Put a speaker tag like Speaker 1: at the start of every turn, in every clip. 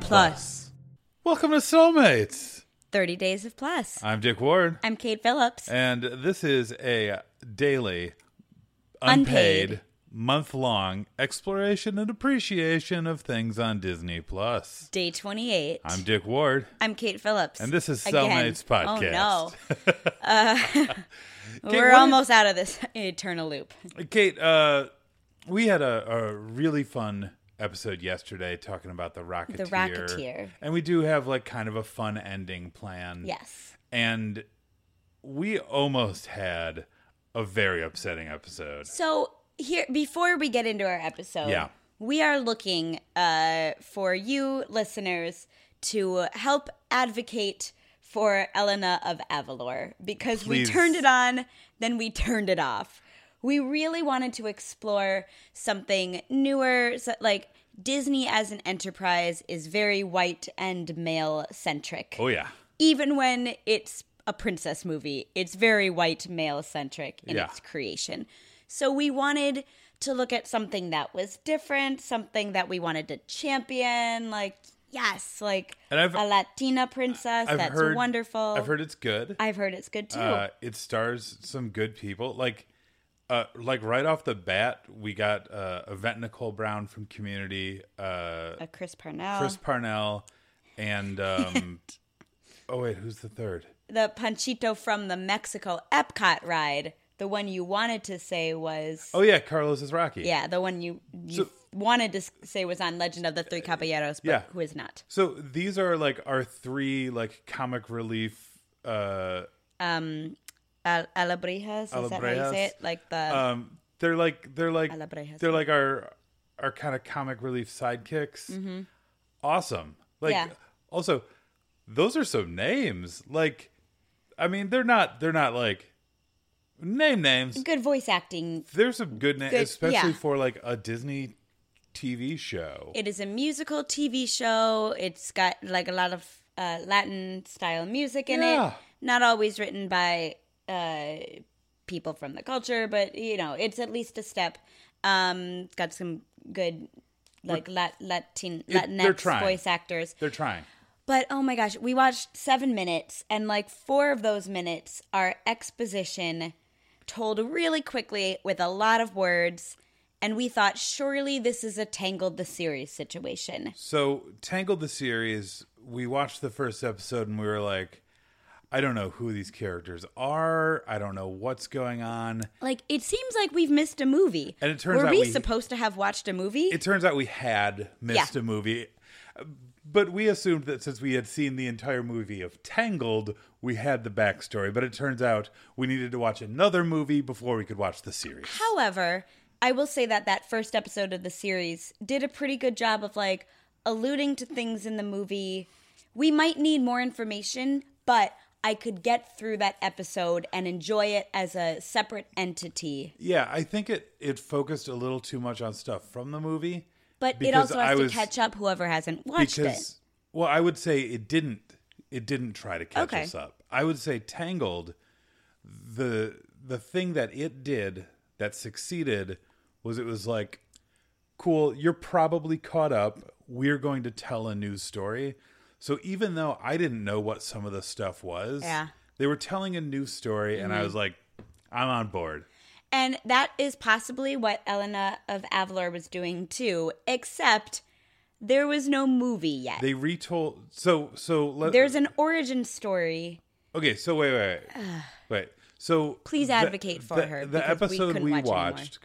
Speaker 1: Plus.
Speaker 2: Welcome to Soulmates.
Speaker 1: 30 Days of Plus.
Speaker 2: I'm Dick Ward,
Speaker 1: I'm Kate Phillips.
Speaker 2: and this is a daily, unpaid,
Speaker 1: Unpaid.
Speaker 2: month long exploration and appreciation of things on Disney Plus.
Speaker 1: Day 28.
Speaker 2: I'm Dick Ward,
Speaker 1: I'm Kate Phillips.
Speaker 2: and this is
Speaker 1: Again.
Speaker 2: Cellmates Podcast.
Speaker 1: Oh, no.
Speaker 2: Kate,
Speaker 1: We're
Speaker 2: what did-
Speaker 1: almost out of this eternal loop.
Speaker 2: Kate, uh, we had a, a really fun episode yesterday talking about the Rocketeer.
Speaker 1: Rocketeer.
Speaker 2: And we do have like kind of a fun ending plan.
Speaker 1: Yes.
Speaker 2: And we almost had a very upsetting episode.
Speaker 1: So, here before we get into our episode,
Speaker 2: Yeah.
Speaker 1: we are looking uh, for you listeners to help advocate for Elena of Avalor because
Speaker 2: Please.
Speaker 1: we turned it on, then we turned it off. We really wanted to explore something newer, so, like Disney as an enterprise is very white and male centric
Speaker 2: Oh, yeah.
Speaker 1: even when it's a princess movie, it's very white male centric in
Speaker 2: Yeah.
Speaker 1: its creation. So we wanted to look at something that was different, something that we wanted to champion, like yes, like
Speaker 2: And I've-
Speaker 1: a Latina princess.
Speaker 2: I've
Speaker 1: that's
Speaker 2: heard-
Speaker 1: wonderful.
Speaker 2: I've heard it's good.
Speaker 1: I've heard it's good too.
Speaker 2: Uh, it stars some good people. Like, uh, like right off the bat, we got uh, Yvette Nicole Brown from Community, uh,
Speaker 1: a Chris Parnell,
Speaker 2: Chris Parnell, and um, oh wait, who's the third?
Speaker 1: the Panchito from the Mexico Epcot ride. The one you wanted to say was
Speaker 2: Oh yeah, Carlos is Rocky.
Speaker 1: yeah, the one you you
Speaker 2: So- Uh,
Speaker 1: wanted to s- say was on Legend of the Three Caballeros, but
Speaker 2: Yeah.
Speaker 1: who is not.
Speaker 2: So these are like our three like comic relief. Uh,
Speaker 1: Al- Alabrejas, is that how you say
Speaker 2: Alabrejas.
Speaker 1: it? Like the
Speaker 2: um, they're like they're like
Speaker 1: Alabrejas.
Speaker 2: they're like our our kind of comic relief sidekicks. Awesome. Like
Speaker 1: Mm-hmm. Yeah.
Speaker 2: also, those are some names. Like, I mean, they're not they're not like name names.
Speaker 1: good voice acting.
Speaker 2: There's some good names,
Speaker 1: Good-
Speaker 2: especially
Speaker 1: yeah.
Speaker 2: for like a Disney TV show.
Speaker 1: It is a musical TV show. It's got like a lot of uh, Latin style music in
Speaker 2: Yeah.
Speaker 1: it. Not always written by uh, people from the culture, but you know, it's at least a step. Um, it's got some good like Lat- Latin
Speaker 2: It- they're
Speaker 1: Latinx
Speaker 2: trying.
Speaker 1: voice actors.
Speaker 2: They're trying.
Speaker 1: But oh my gosh, we watched seven minutes, and like four of those minutes are exposition told really quickly with a lot of words. And we thought, surely this is a Tangled the Series situation.
Speaker 2: So, Tangled the series, we watched the first episode and we were like, I don't know who these characters are. I don't know what's going on.
Speaker 1: Like, it seems like we've missed a movie.
Speaker 2: And it turns
Speaker 1: Were
Speaker 2: out
Speaker 1: we,
Speaker 2: we-
Speaker 1: supposed to have watched a movie?
Speaker 2: It turns out we had missed
Speaker 1: Yeah.
Speaker 2: a movie, but we assumed that since we had seen the entire movie of Tangled, we had the backstory. But it turns out we needed to watch another movie before we could watch the series.
Speaker 1: However, I will say that that first episode of the series did a pretty good job of like alluding to things in the movie. We might need more information, but I could get through that episode and enjoy it as a separate entity.
Speaker 2: Yeah, I think it, it focused a little too much on stuff from the movie.
Speaker 1: But it
Speaker 2: because
Speaker 1: also
Speaker 2: I
Speaker 1: has
Speaker 2: was-
Speaker 1: to catch up whoever hasn't watched it.
Speaker 2: because well i would say it didn't it didn't try to catch
Speaker 1: Okay.
Speaker 2: us up i would say tangled the the thing that it did that succeeded was it was like cool you're probably caught up we're going to tell a news story so even though i didn't know what some of the stuff was
Speaker 1: Yeah. Mm-hmm.
Speaker 2: they were telling a news story and i was like i'm on board
Speaker 1: And that is possibly what Elena of Avalor was doing too, except there was no movie yet.
Speaker 2: they retold so so let,
Speaker 1: There's an origin story.
Speaker 2: Okay, so wait, wait, wait. wait. So
Speaker 1: Please advocate for her,
Speaker 2: The
Speaker 1: because we
Speaker 2: episode
Speaker 1: couldn't
Speaker 2: we,
Speaker 1: watch anymore.
Speaker 2: watched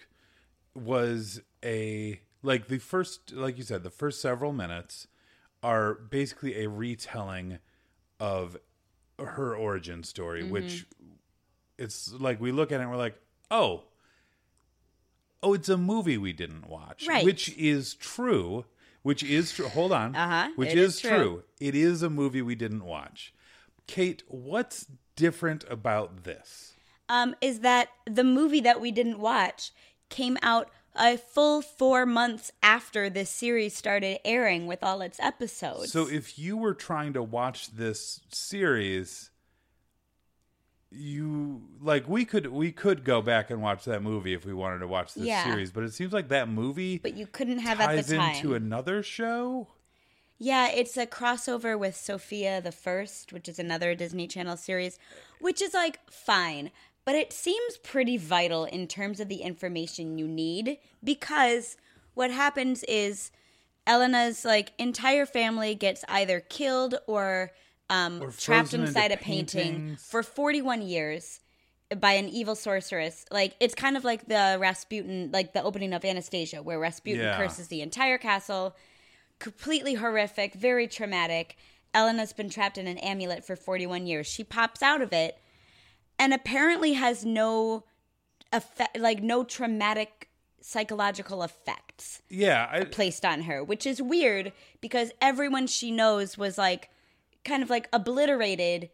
Speaker 2: was a like the first, like you said, the first several minutes are basically a retelling of her origin story,
Speaker 1: Mm-hmm.
Speaker 2: which it's like we look at it and we're like, oh, oh, it's a movie we didn't watch,
Speaker 1: Right.
Speaker 2: which is true. Which is true. Hold on.
Speaker 1: Uh-huh,
Speaker 2: Which
Speaker 1: it
Speaker 2: is,
Speaker 1: is true.
Speaker 2: true. It is a movie we didn't watch. Kate, what's different about this?
Speaker 1: um, is that the movie that we didn't watch came out a full four months after this series started airing with all Oh, its episodes.
Speaker 2: So, if you were trying to watch this series, you like we could we could go back and watch that movie if we wanted to watch this
Speaker 1: Yeah.
Speaker 2: series, but it seems like that movie
Speaker 1: but you couldn't have at
Speaker 2: ties
Speaker 1: the time.
Speaker 2: into another show.
Speaker 1: Yeah, it's a crossover with Sophia the First, which is another Disney Channel series, which is like fine, but it seems pretty vital in terms of the information you need because what happens is Elena's like entire family gets either killed or um,
Speaker 2: Or
Speaker 1: trapped
Speaker 2: frozen into
Speaker 1: inside a painting
Speaker 2: paintings.
Speaker 1: for 41 years by an evil sorceress. Like it's kind of like the Rasputin, like the opening of Anastasia, where Rasputin
Speaker 2: Yeah.
Speaker 1: curses the entire castle completely horrific, very traumatic. Elena's been trapped in an amulet for 41 years. She pops out of it and apparently has no effect, like no traumatic psychological effects
Speaker 2: Yeah, I,
Speaker 1: placed on her, which is weird because everyone she knows was like kind of like obliterated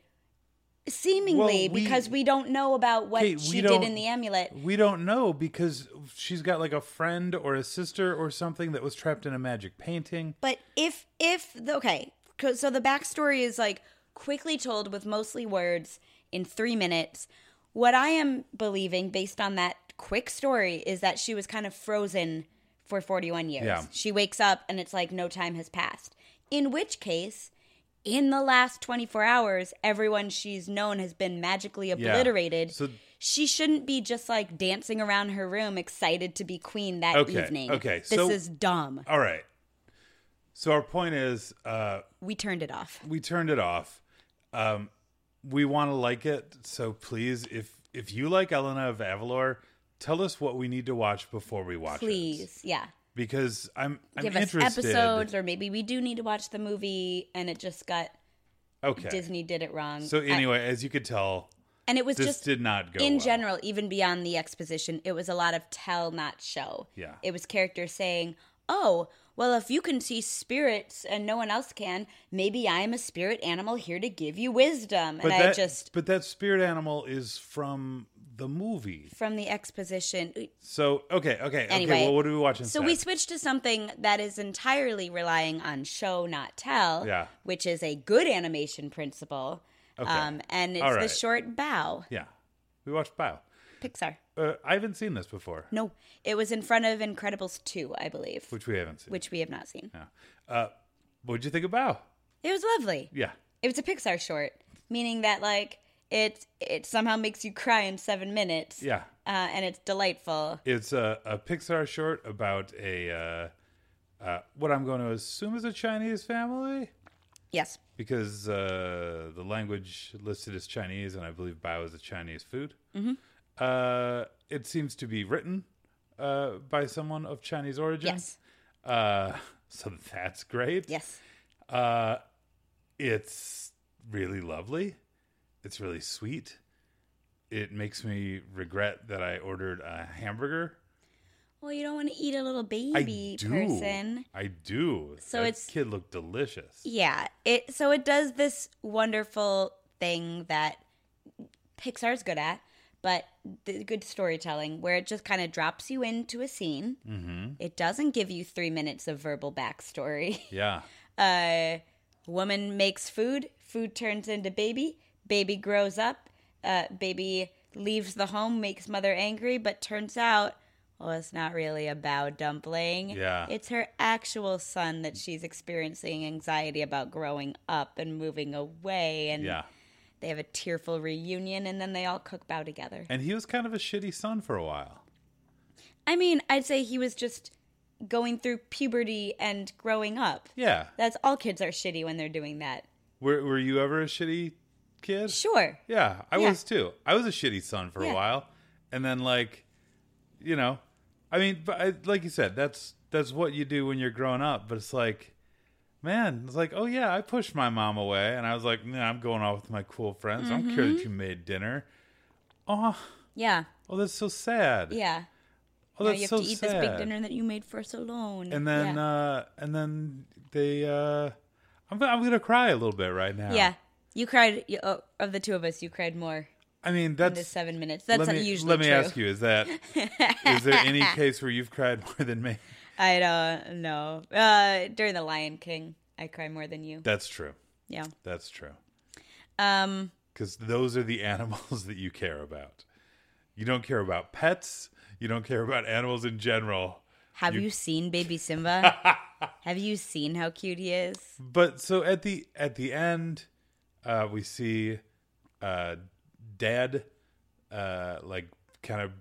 Speaker 1: seemingly
Speaker 2: Well, we-
Speaker 1: because we don't know about what
Speaker 2: Kate,
Speaker 1: she
Speaker 2: we
Speaker 1: did
Speaker 2: don't-
Speaker 1: in the amulet.
Speaker 2: we don't know because she's got like a friend or a sister or something that was trapped in a magic painting.
Speaker 1: But if if the, okay, 'cause- so the backstory is like quickly told with mostly words in three minutes. What I am believing, based on that quick story, is that she was kind of frozen for 41 years.
Speaker 2: Yeah.
Speaker 1: She wakes up and it's like no time has passed. In which case, in the last 24 hours, everyone she's known has been magically obliterated.
Speaker 2: So-
Speaker 1: she shouldn't be just like dancing around her room, excited to be queen that
Speaker 2: Okay,
Speaker 1: evening.
Speaker 2: okay,
Speaker 1: This
Speaker 2: so-
Speaker 1: is dumb.
Speaker 2: All right. So our point is, uh,
Speaker 1: We turned it off.
Speaker 2: we turned it off. Um, we want to like it, so please, if if you like Elena of Avalor, tell us what we need to watch before we watch it.
Speaker 1: please yeah
Speaker 2: because I'm I'm
Speaker 1: give us
Speaker 2: interested.
Speaker 1: episodes or maybe we do need to watch the movie and it just got
Speaker 2: okay.
Speaker 1: disney did it wrong
Speaker 2: So
Speaker 1: I-
Speaker 2: anyway, as you could tell,
Speaker 1: and it was
Speaker 2: this
Speaker 1: just
Speaker 2: did not go
Speaker 1: in
Speaker 2: well.
Speaker 1: general even beyond the exposition it was a lot of tell not show
Speaker 2: Yeah.
Speaker 1: it was characters saying oh well if you can see spirits and no one else can maybe i'm a spirit animal here to give you wisdom
Speaker 2: But
Speaker 1: and
Speaker 2: that
Speaker 1: i just
Speaker 2: but that spirit animal is from the movie.
Speaker 1: from the exposition
Speaker 2: So okay, okay,
Speaker 1: Anyway,
Speaker 2: okay. Well, what are we watching?
Speaker 1: So we switched to something that is entirely relying on show, not tell,
Speaker 2: Yeah.
Speaker 1: which is a good animation principle.
Speaker 2: Okay.
Speaker 1: Um, and it's
Speaker 2: All
Speaker 1: the
Speaker 2: right.
Speaker 1: short bow,
Speaker 2: yeah, we watched Bow.
Speaker 1: Pixar.
Speaker 2: Uh, I haven't seen this before,
Speaker 1: No, it was in front of Incredibles 2, I believe,
Speaker 2: which we haven't seen.
Speaker 1: which we have not seen.
Speaker 2: Yeah. Uh, what'd you think of Bow?
Speaker 1: It was lovely.
Speaker 2: Yeah.
Speaker 1: It was a Pixar short, meaning that, like, it, it somehow makes you cry in seven minutes.
Speaker 2: Yeah.
Speaker 1: Uh, and it's delightful.
Speaker 2: It's a, a Pixar short about a uh, uh, what I'm going to assume is a Chinese family
Speaker 1: Yes.
Speaker 2: because uh, the language listed is Chinese, and I believe bao is a Chinese food. Mm-hmm. Uh, it seems to be written uh, by someone of Chinese origin.
Speaker 1: Yes.
Speaker 2: Uh, so that's great.
Speaker 1: Yes.
Speaker 2: Uh, it's really lovely. It's really sweet. It makes me regret that I ordered a hamburger.
Speaker 1: Well, you don't want to eat a little
Speaker 2: I
Speaker 1: baby
Speaker 2: do.
Speaker 1: person.
Speaker 2: I do.
Speaker 1: So
Speaker 2: That
Speaker 1: it's-
Speaker 2: kid looked delicious.
Speaker 1: Yeah, it so it does this wonderful thing that Pixar's good at, but the good storytelling where it just kind of drops you into a scene. Mm-hmm. It doesn't give you three minutes of verbal backstory.
Speaker 2: Yeah.
Speaker 1: Uh, woman makes food, food turns into baby, baby grows up, uh, baby leaves the home, makes mother angry, but turns out. Well, it's not really a bow dumpling.
Speaker 2: Yeah.
Speaker 1: It's her actual son that she's experiencing anxiety about growing up and moving away. And
Speaker 2: Yeah.
Speaker 1: they have a tearful reunion and then they all cook bow together.
Speaker 2: And he was kind of a shitty son for a while.
Speaker 1: I mean, I'd say he was just going through puberty and growing up.
Speaker 2: Yeah.
Speaker 1: That's all kids are shitty when they're doing that.
Speaker 2: Were were you ever a shitty kid?
Speaker 1: Sure.
Speaker 2: Yeah, I
Speaker 1: Yeah.
Speaker 2: was too. I was a shitty son for
Speaker 1: Yeah.
Speaker 2: a while. And then like, you know, I mean, but I, like you said, that's that's what you do when you're growing up, but it's like Man, it's like, oh yeah, I pushed my mom away, and I was like, nah, I'm going off with my cool friends. I don't
Speaker 1: Mm-hmm.
Speaker 2: care that you made dinner. Oh,
Speaker 1: Yeah.
Speaker 2: oh, that's so sad.
Speaker 1: Yeah.
Speaker 2: Oh,
Speaker 1: Now
Speaker 2: that's
Speaker 1: you have
Speaker 2: so
Speaker 1: to eat
Speaker 2: sad.
Speaker 1: this big dinner that you made for us alone.
Speaker 2: And then,
Speaker 1: yeah.
Speaker 2: uh, and then they, uh, I'm, go- I'm gonna cry a little bit right now.
Speaker 1: yeah. You cried, you, oh, of the two of us, you cried more
Speaker 2: I mean,
Speaker 1: in the
Speaker 2: that's.
Speaker 1: seven minutes. That's
Speaker 2: let me,
Speaker 1: usually
Speaker 2: let me
Speaker 1: true.
Speaker 2: ask you: Is that is there any case where you've cried more than me?
Speaker 1: I don't know. Uh, during The Lion King, I cry more than you.
Speaker 2: That's true.
Speaker 1: Yeah.
Speaker 2: That's true.
Speaker 1: Um,
Speaker 2: Because those are the animals that you care about. You don't care about pets. You don't care about animals in general.
Speaker 1: Have you, seen baby Simba? Have you seen how cute he is?
Speaker 2: But so at the at the end, uh, we see uh, Dad uh, like kind of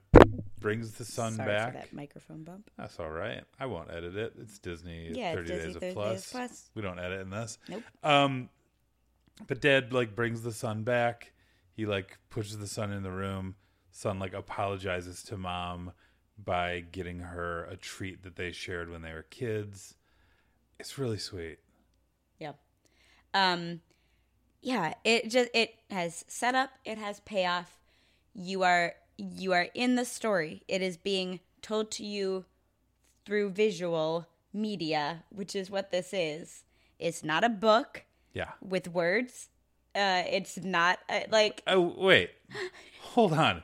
Speaker 2: brings the son
Speaker 1: Sorry
Speaker 2: back.
Speaker 1: for that microphone bump.
Speaker 2: That's all right. I won't edit it. It's Disney
Speaker 1: Yeah, it's
Speaker 2: 30
Speaker 1: Disney
Speaker 2: Days of
Speaker 1: 30 Days
Speaker 2: plus.
Speaker 1: Plus.
Speaker 2: We don't edit in this.
Speaker 1: Nope.
Speaker 2: Um but dad like brings the son back. He like pushes the son in the room. Son like apologizes to mom by getting her a treat that they shared when they were kids. It's really sweet.
Speaker 1: Yeah. Um yeah, it just it has setup, it has payoff. You are you are in the story. It is being told to you through visual media, which is what this is. It's not a book
Speaker 2: Yeah.
Speaker 1: with words. Uh it's not uh, like
Speaker 2: Oh wait. Hold on.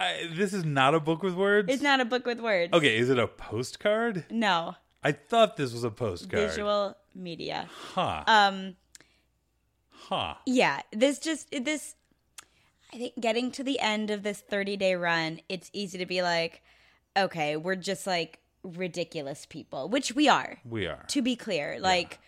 Speaker 2: I, this is not a book with words.
Speaker 1: it's not a book with words.
Speaker 2: okay, is it a postcard?
Speaker 1: No.
Speaker 2: I thought this was a postcard.
Speaker 1: Visual media.
Speaker 2: Huh.
Speaker 1: Um
Speaker 2: huh.
Speaker 1: Yeah, this just this. I think getting to the end of this thirty day run, it's easy to be like, okay, we're just like ridiculous people, which we are.
Speaker 2: We are.
Speaker 1: To be clear, like,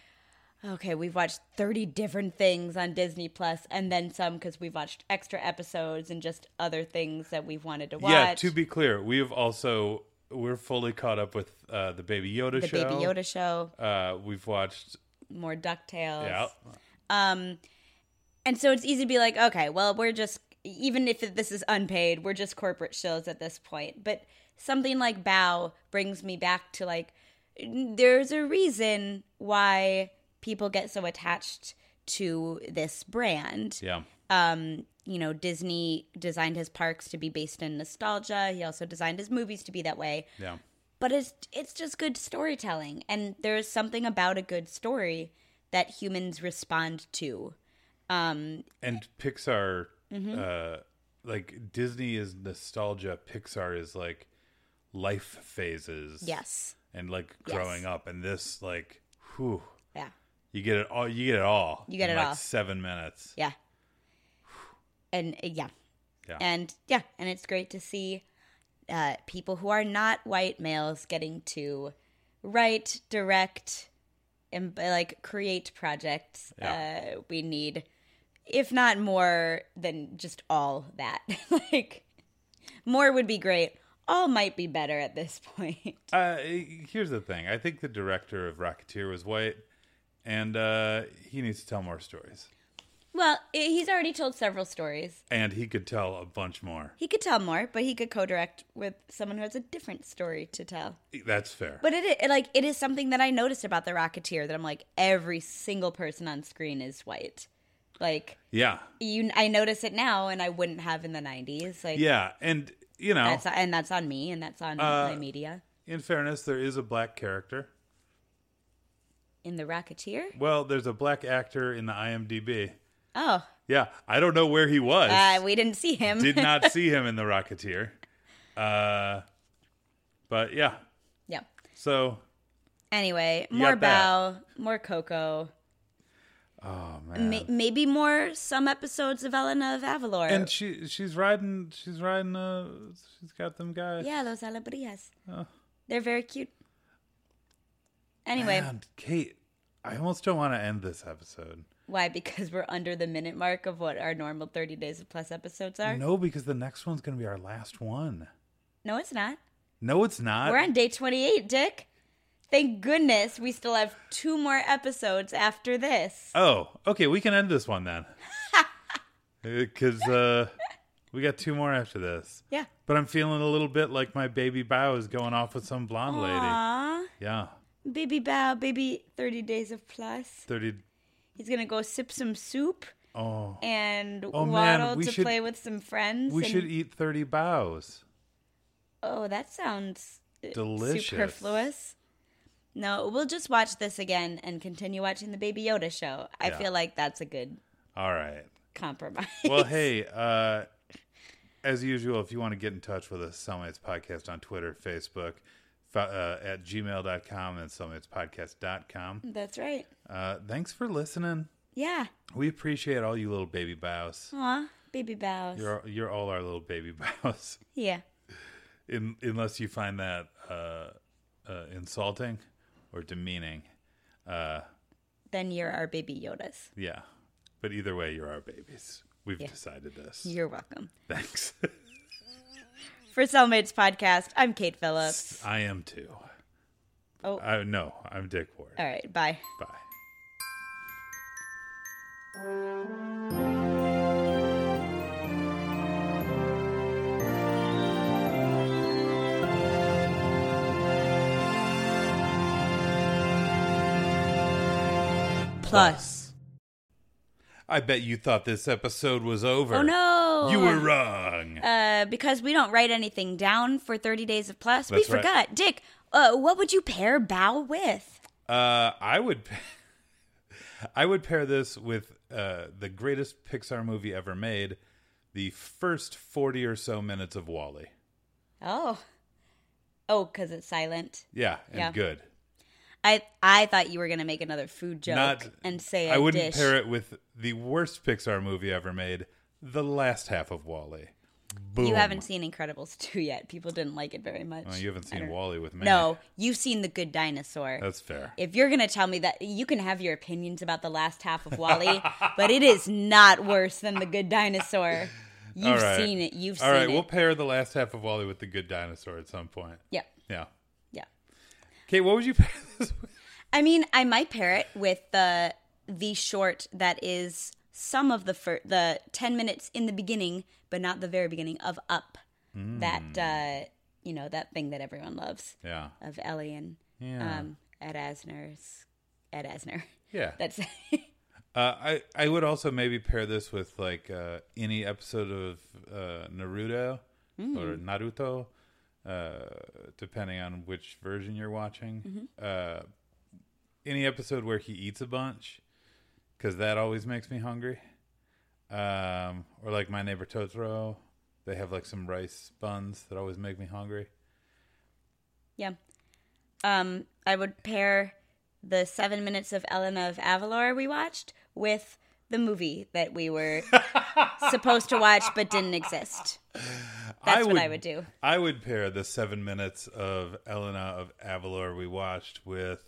Speaker 1: okay, we've watched thirty different things on Disney Plus, and then some because we've watched extra episodes and just other things that we've wanted to watch.
Speaker 2: Yeah, to be clear, we have also we're fully caught up with uh, the Baby Yoda
Speaker 1: the
Speaker 2: show.
Speaker 1: Baby Yoda show,
Speaker 2: Uh, we've watched.
Speaker 1: more Ducktales.
Speaker 2: Yeah,
Speaker 1: And so it's easy to be like, okay, well, we're just even if this is unpaid, we're just corporate shills at this point. But something like Bow brings me back to like there's a reason why people get so attached to this brand
Speaker 2: yeah,
Speaker 1: you know, Disney designed his parks to be based in nostalgia. He also designed his movies to be that way.
Speaker 2: yeah,
Speaker 1: But it's it's just good storytelling and there is something about a good story that humans respond to. Um,
Speaker 2: and Pixar.
Speaker 1: Mm-hmm.
Speaker 2: Uh, like Disney is nostalgia. Pixar is like life phases.
Speaker 1: Yes.
Speaker 2: and like growing up, and this like, whew,
Speaker 1: Yeah.
Speaker 2: you get it all. You get it all.
Speaker 1: You get
Speaker 2: in
Speaker 1: it
Speaker 2: like
Speaker 1: all.
Speaker 2: Seven minutes.
Speaker 1: Yeah. And uh, yeah.
Speaker 2: Yeah.
Speaker 1: And yeah, and it's great to see uh, people who are not white males getting to write, direct, and uh, like create projects. Uh, we need, if not more than just all that. like, more would be great. All might be better at this point.
Speaker 2: Uh, here's the thing. I think the director of Rocketeer was white, and uh, he needs to tell more stories.
Speaker 1: Well, i- he's already told several stories.
Speaker 2: and he could tell a bunch more.
Speaker 1: He could tell more, but he could co-direct with someone who has a different story to tell.
Speaker 2: That's fair.
Speaker 1: But it, it like it is something that I noticed about the Rocketeer that I'm like every single person on screen is white. Like
Speaker 2: yeah,
Speaker 1: you, I notice it now, and I wouldn't have in the '90s. Like
Speaker 2: yeah, Uh, and you know,
Speaker 1: that's and that's on me, and that's on my media.
Speaker 2: in fairness, there is a black character.
Speaker 1: In the Rocketeer,
Speaker 2: Well, there's a black actor in the IMDb.
Speaker 1: oh,
Speaker 2: Yeah, I don't know where he was.
Speaker 1: uh, we didn't see him.
Speaker 2: Did not see him in the Rocketeer. Uh, but yeah,
Speaker 1: yeah.
Speaker 2: so
Speaker 1: Anyway, more
Speaker 2: got that.
Speaker 1: Bow, more Coco.
Speaker 2: oh man,
Speaker 1: May- maybe more some episodes of Elena of Avalor.
Speaker 2: and she she's riding she's riding uh she's got them guys.
Speaker 1: yeah, those Alabrillas.
Speaker 2: Oh.
Speaker 1: They're very cute. Anyway.
Speaker 2: Man, Kate, I almost don't want to end this episode.
Speaker 1: Why? Because we're under the minute mark of what our normal 30 days of plus episodes are? No,
Speaker 2: No, because the next one's gonna be our last one.
Speaker 1: it's not.
Speaker 2: No, it's not.
Speaker 1: We're on day 28, Dick. Thank goodness we still have two more episodes after this.
Speaker 2: Oh, okay. We can end this one then, because uh, we got two more after this.
Speaker 1: Yeah.
Speaker 2: But I'm feeling a little bit like my baby bow is going off with some blonde lady.
Speaker 1: Aw.
Speaker 2: Yeah,
Speaker 1: Baby Bow, baby 30 days of plus.
Speaker 2: thirty.
Speaker 1: He's going to go sip some soup
Speaker 2: Oh,
Speaker 1: and
Speaker 2: Oh, man,
Speaker 1: waddle
Speaker 2: we
Speaker 1: to
Speaker 2: should-
Speaker 1: play with some friends.
Speaker 2: we
Speaker 1: and-
Speaker 2: should e- eat thirty bows.
Speaker 1: Oh, that sounds uh,
Speaker 2: Delicious.
Speaker 1: Superfluous. No, we'll just watch this again and continue watching the Baby Yoda show. I
Speaker 2: Yeah.
Speaker 1: feel like that's a good
Speaker 2: All right.
Speaker 1: compromise.
Speaker 2: Well, hey. Uh, as usual, if you want to get in touch with us, Cellmates Podcast on Twitter, Facebook, fa- uh, at gmail.com, and cellmatespodcast.com.
Speaker 1: That's right.
Speaker 2: Uh, thanks for listening.
Speaker 1: Yeah.
Speaker 2: We appreciate all you little baby bows.
Speaker 1: Aw, baby bows.
Speaker 2: You're you're all our little baby bows,
Speaker 1: yeah.
Speaker 2: in, unless you find that uh, uh, insulting or demeaning.
Speaker 1: Then you're our baby Yodas.
Speaker 2: Yeah. But either way, you're our babies. We've
Speaker 1: Yeah.
Speaker 2: decided this.
Speaker 1: You're welcome.
Speaker 2: Thanks.
Speaker 1: For Cellmates Podcast, I'm Kate Phillips.
Speaker 2: I am too.
Speaker 1: Oh.
Speaker 2: I, no, I'm Dick Ward.
Speaker 1: All right, bye.
Speaker 2: Bye.
Speaker 1: Plus.
Speaker 2: I bet you thought this episode was over.
Speaker 1: Oh no.
Speaker 2: You were wrong.
Speaker 1: uh, because we don't write anything down for 30 days of plus.
Speaker 2: That's
Speaker 1: we
Speaker 2: right.
Speaker 1: forgot. Dick, uh, what would you pair bow with?
Speaker 2: Uh, I would, I would pair this with uh, the greatest Pixar movie ever made, the first forty or so minutes of Wally.
Speaker 1: Oh. Oh, because it's silent.
Speaker 2: Yeah, and
Speaker 1: Yeah.
Speaker 2: good.
Speaker 1: I I thought you were gonna make another food joke
Speaker 2: Not-
Speaker 1: and say
Speaker 2: I
Speaker 1: I
Speaker 2: wouldn't
Speaker 1: dish.
Speaker 2: pair it with the worst Pixar movie ever made, the last half of Wally. Boom.
Speaker 1: You haven't seen Incredibles 2 yet. People didn't like it very much.
Speaker 2: Oh, you haven't
Speaker 1: I
Speaker 2: seen
Speaker 1: don't-
Speaker 2: Wally with me.
Speaker 1: No, you've seen The Good Dinosaur.
Speaker 2: that's fair.
Speaker 1: if you're gonna tell me that you can have your opinions about the last half of Wally, but it is not worse than The Good Dinosaur.
Speaker 2: All
Speaker 1: You've
Speaker 2: right.
Speaker 1: seen it. You've
Speaker 2: All
Speaker 1: seen
Speaker 2: right,
Speaker 1: it.
Speaker 2: we'll pair the last half of Wally with the Good Dinosaur at some point.
Speaker 1: yeah,
Speaker 2: Yeah.
Speaker 1: yeah.
Speaker 2: Kate, what would you pair this with?
Speaker 1: I mean, I might pair it with the the short that is some of the fir- the ten minutes in the beginning, but not the very beginning of Up.
Speaker 2: Hmm.
Speaker 1: That uh, you know that thing that everyone loves
Speaker 2: Yeah.
Speaker 1: of Ellie and
Speaker 2: Yeah.
Speaker 1: um, Ed Asner's Ed Asner.
Speaker 2: yeah.
Speaker 1: That's
Speaker 2: Uh, I I would also maybe pair this with like uh, any episode of uh, Naruto or Naruto, uh, depending on which version you're watching. Uh, any episode where he eats a bunch, because that always makes me hungry. Um, or like My Neighbor Totoro, they have like some rice buns that always make me hungry.
Speaker 1: yeah. Um, I would pair the seven minutes of Elena of Avalor we watched with the movie that we were supposed to watch but didn't exist. That's what I would do.
Speaker 2: I would pair the seven minutes of Elena of Avalor we watched with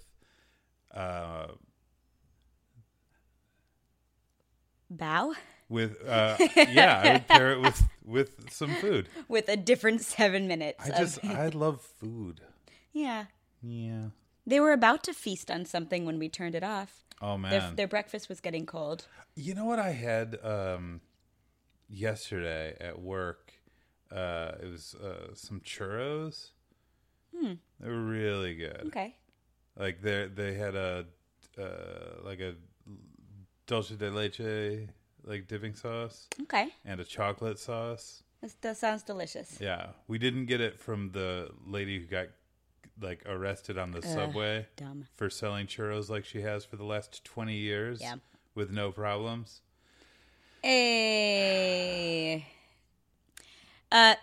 Speaker 2: uh,
Speaker 1: Bow.
Speaker 2: with uh, yeah, I would pair it with with some food.
Speaker 1: with a different seven minutes.
Speaker 2: I
Speaker 1: of,
Speaker 2: just I love food.
Speaker 1: yeah,
Speaker 2: Yeah.
Speaker 1: they were about to feast on something when we turned it off.
Speaker 2: Oh
Speaker 1: Their,
Speaker 2: man.
Speaker 1: their breakfast was getting cold.
Speaker 2: You know what I had um, yesterday at work? Uh, it was uh, some churros. Hmm. They were really good.
Speaker 1: Okay,
Speaker 2: Like they they had a uh, like a dulce de leche like dipping sauce
Speaker 1: okay,
Speaker 2: and a chocolate sauce.
Speaker 1: this, that sounds delicious.
Speaker 2: Yeah, we didn't get it from the lady who got like arrested on the subway
Speaker 1: Dumb.
Speaker 2: for selling churros like she has for the last 20 years
Speaker 1: Yeah.
Speaker 2: with no problems.
Speaker 1: Hey. Eh, Uh,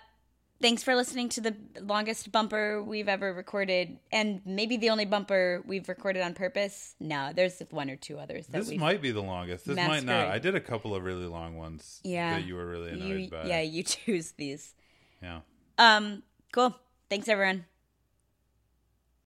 Speaker 1: thanks for listening to the longest bumper we've ever recorded, and maybe the only bumper we've recorded on purpose. No, there's one or two others that
Speaker 2: This
Speaker 1: we.
Speaker 2: might be the longest. This might not.
Speaker 1: masquerade.
Speaker 2: I did a couple of really long ones
Speaker 1: Yeah.
Speaker 2: that you were really annoyed
Speaker 1: you,
Speaker 2: by.
Speaker 1: yeah, you choose these.
Speaker 2: Yeah.
Speaker 1: Um, cool. Thanks, everyone.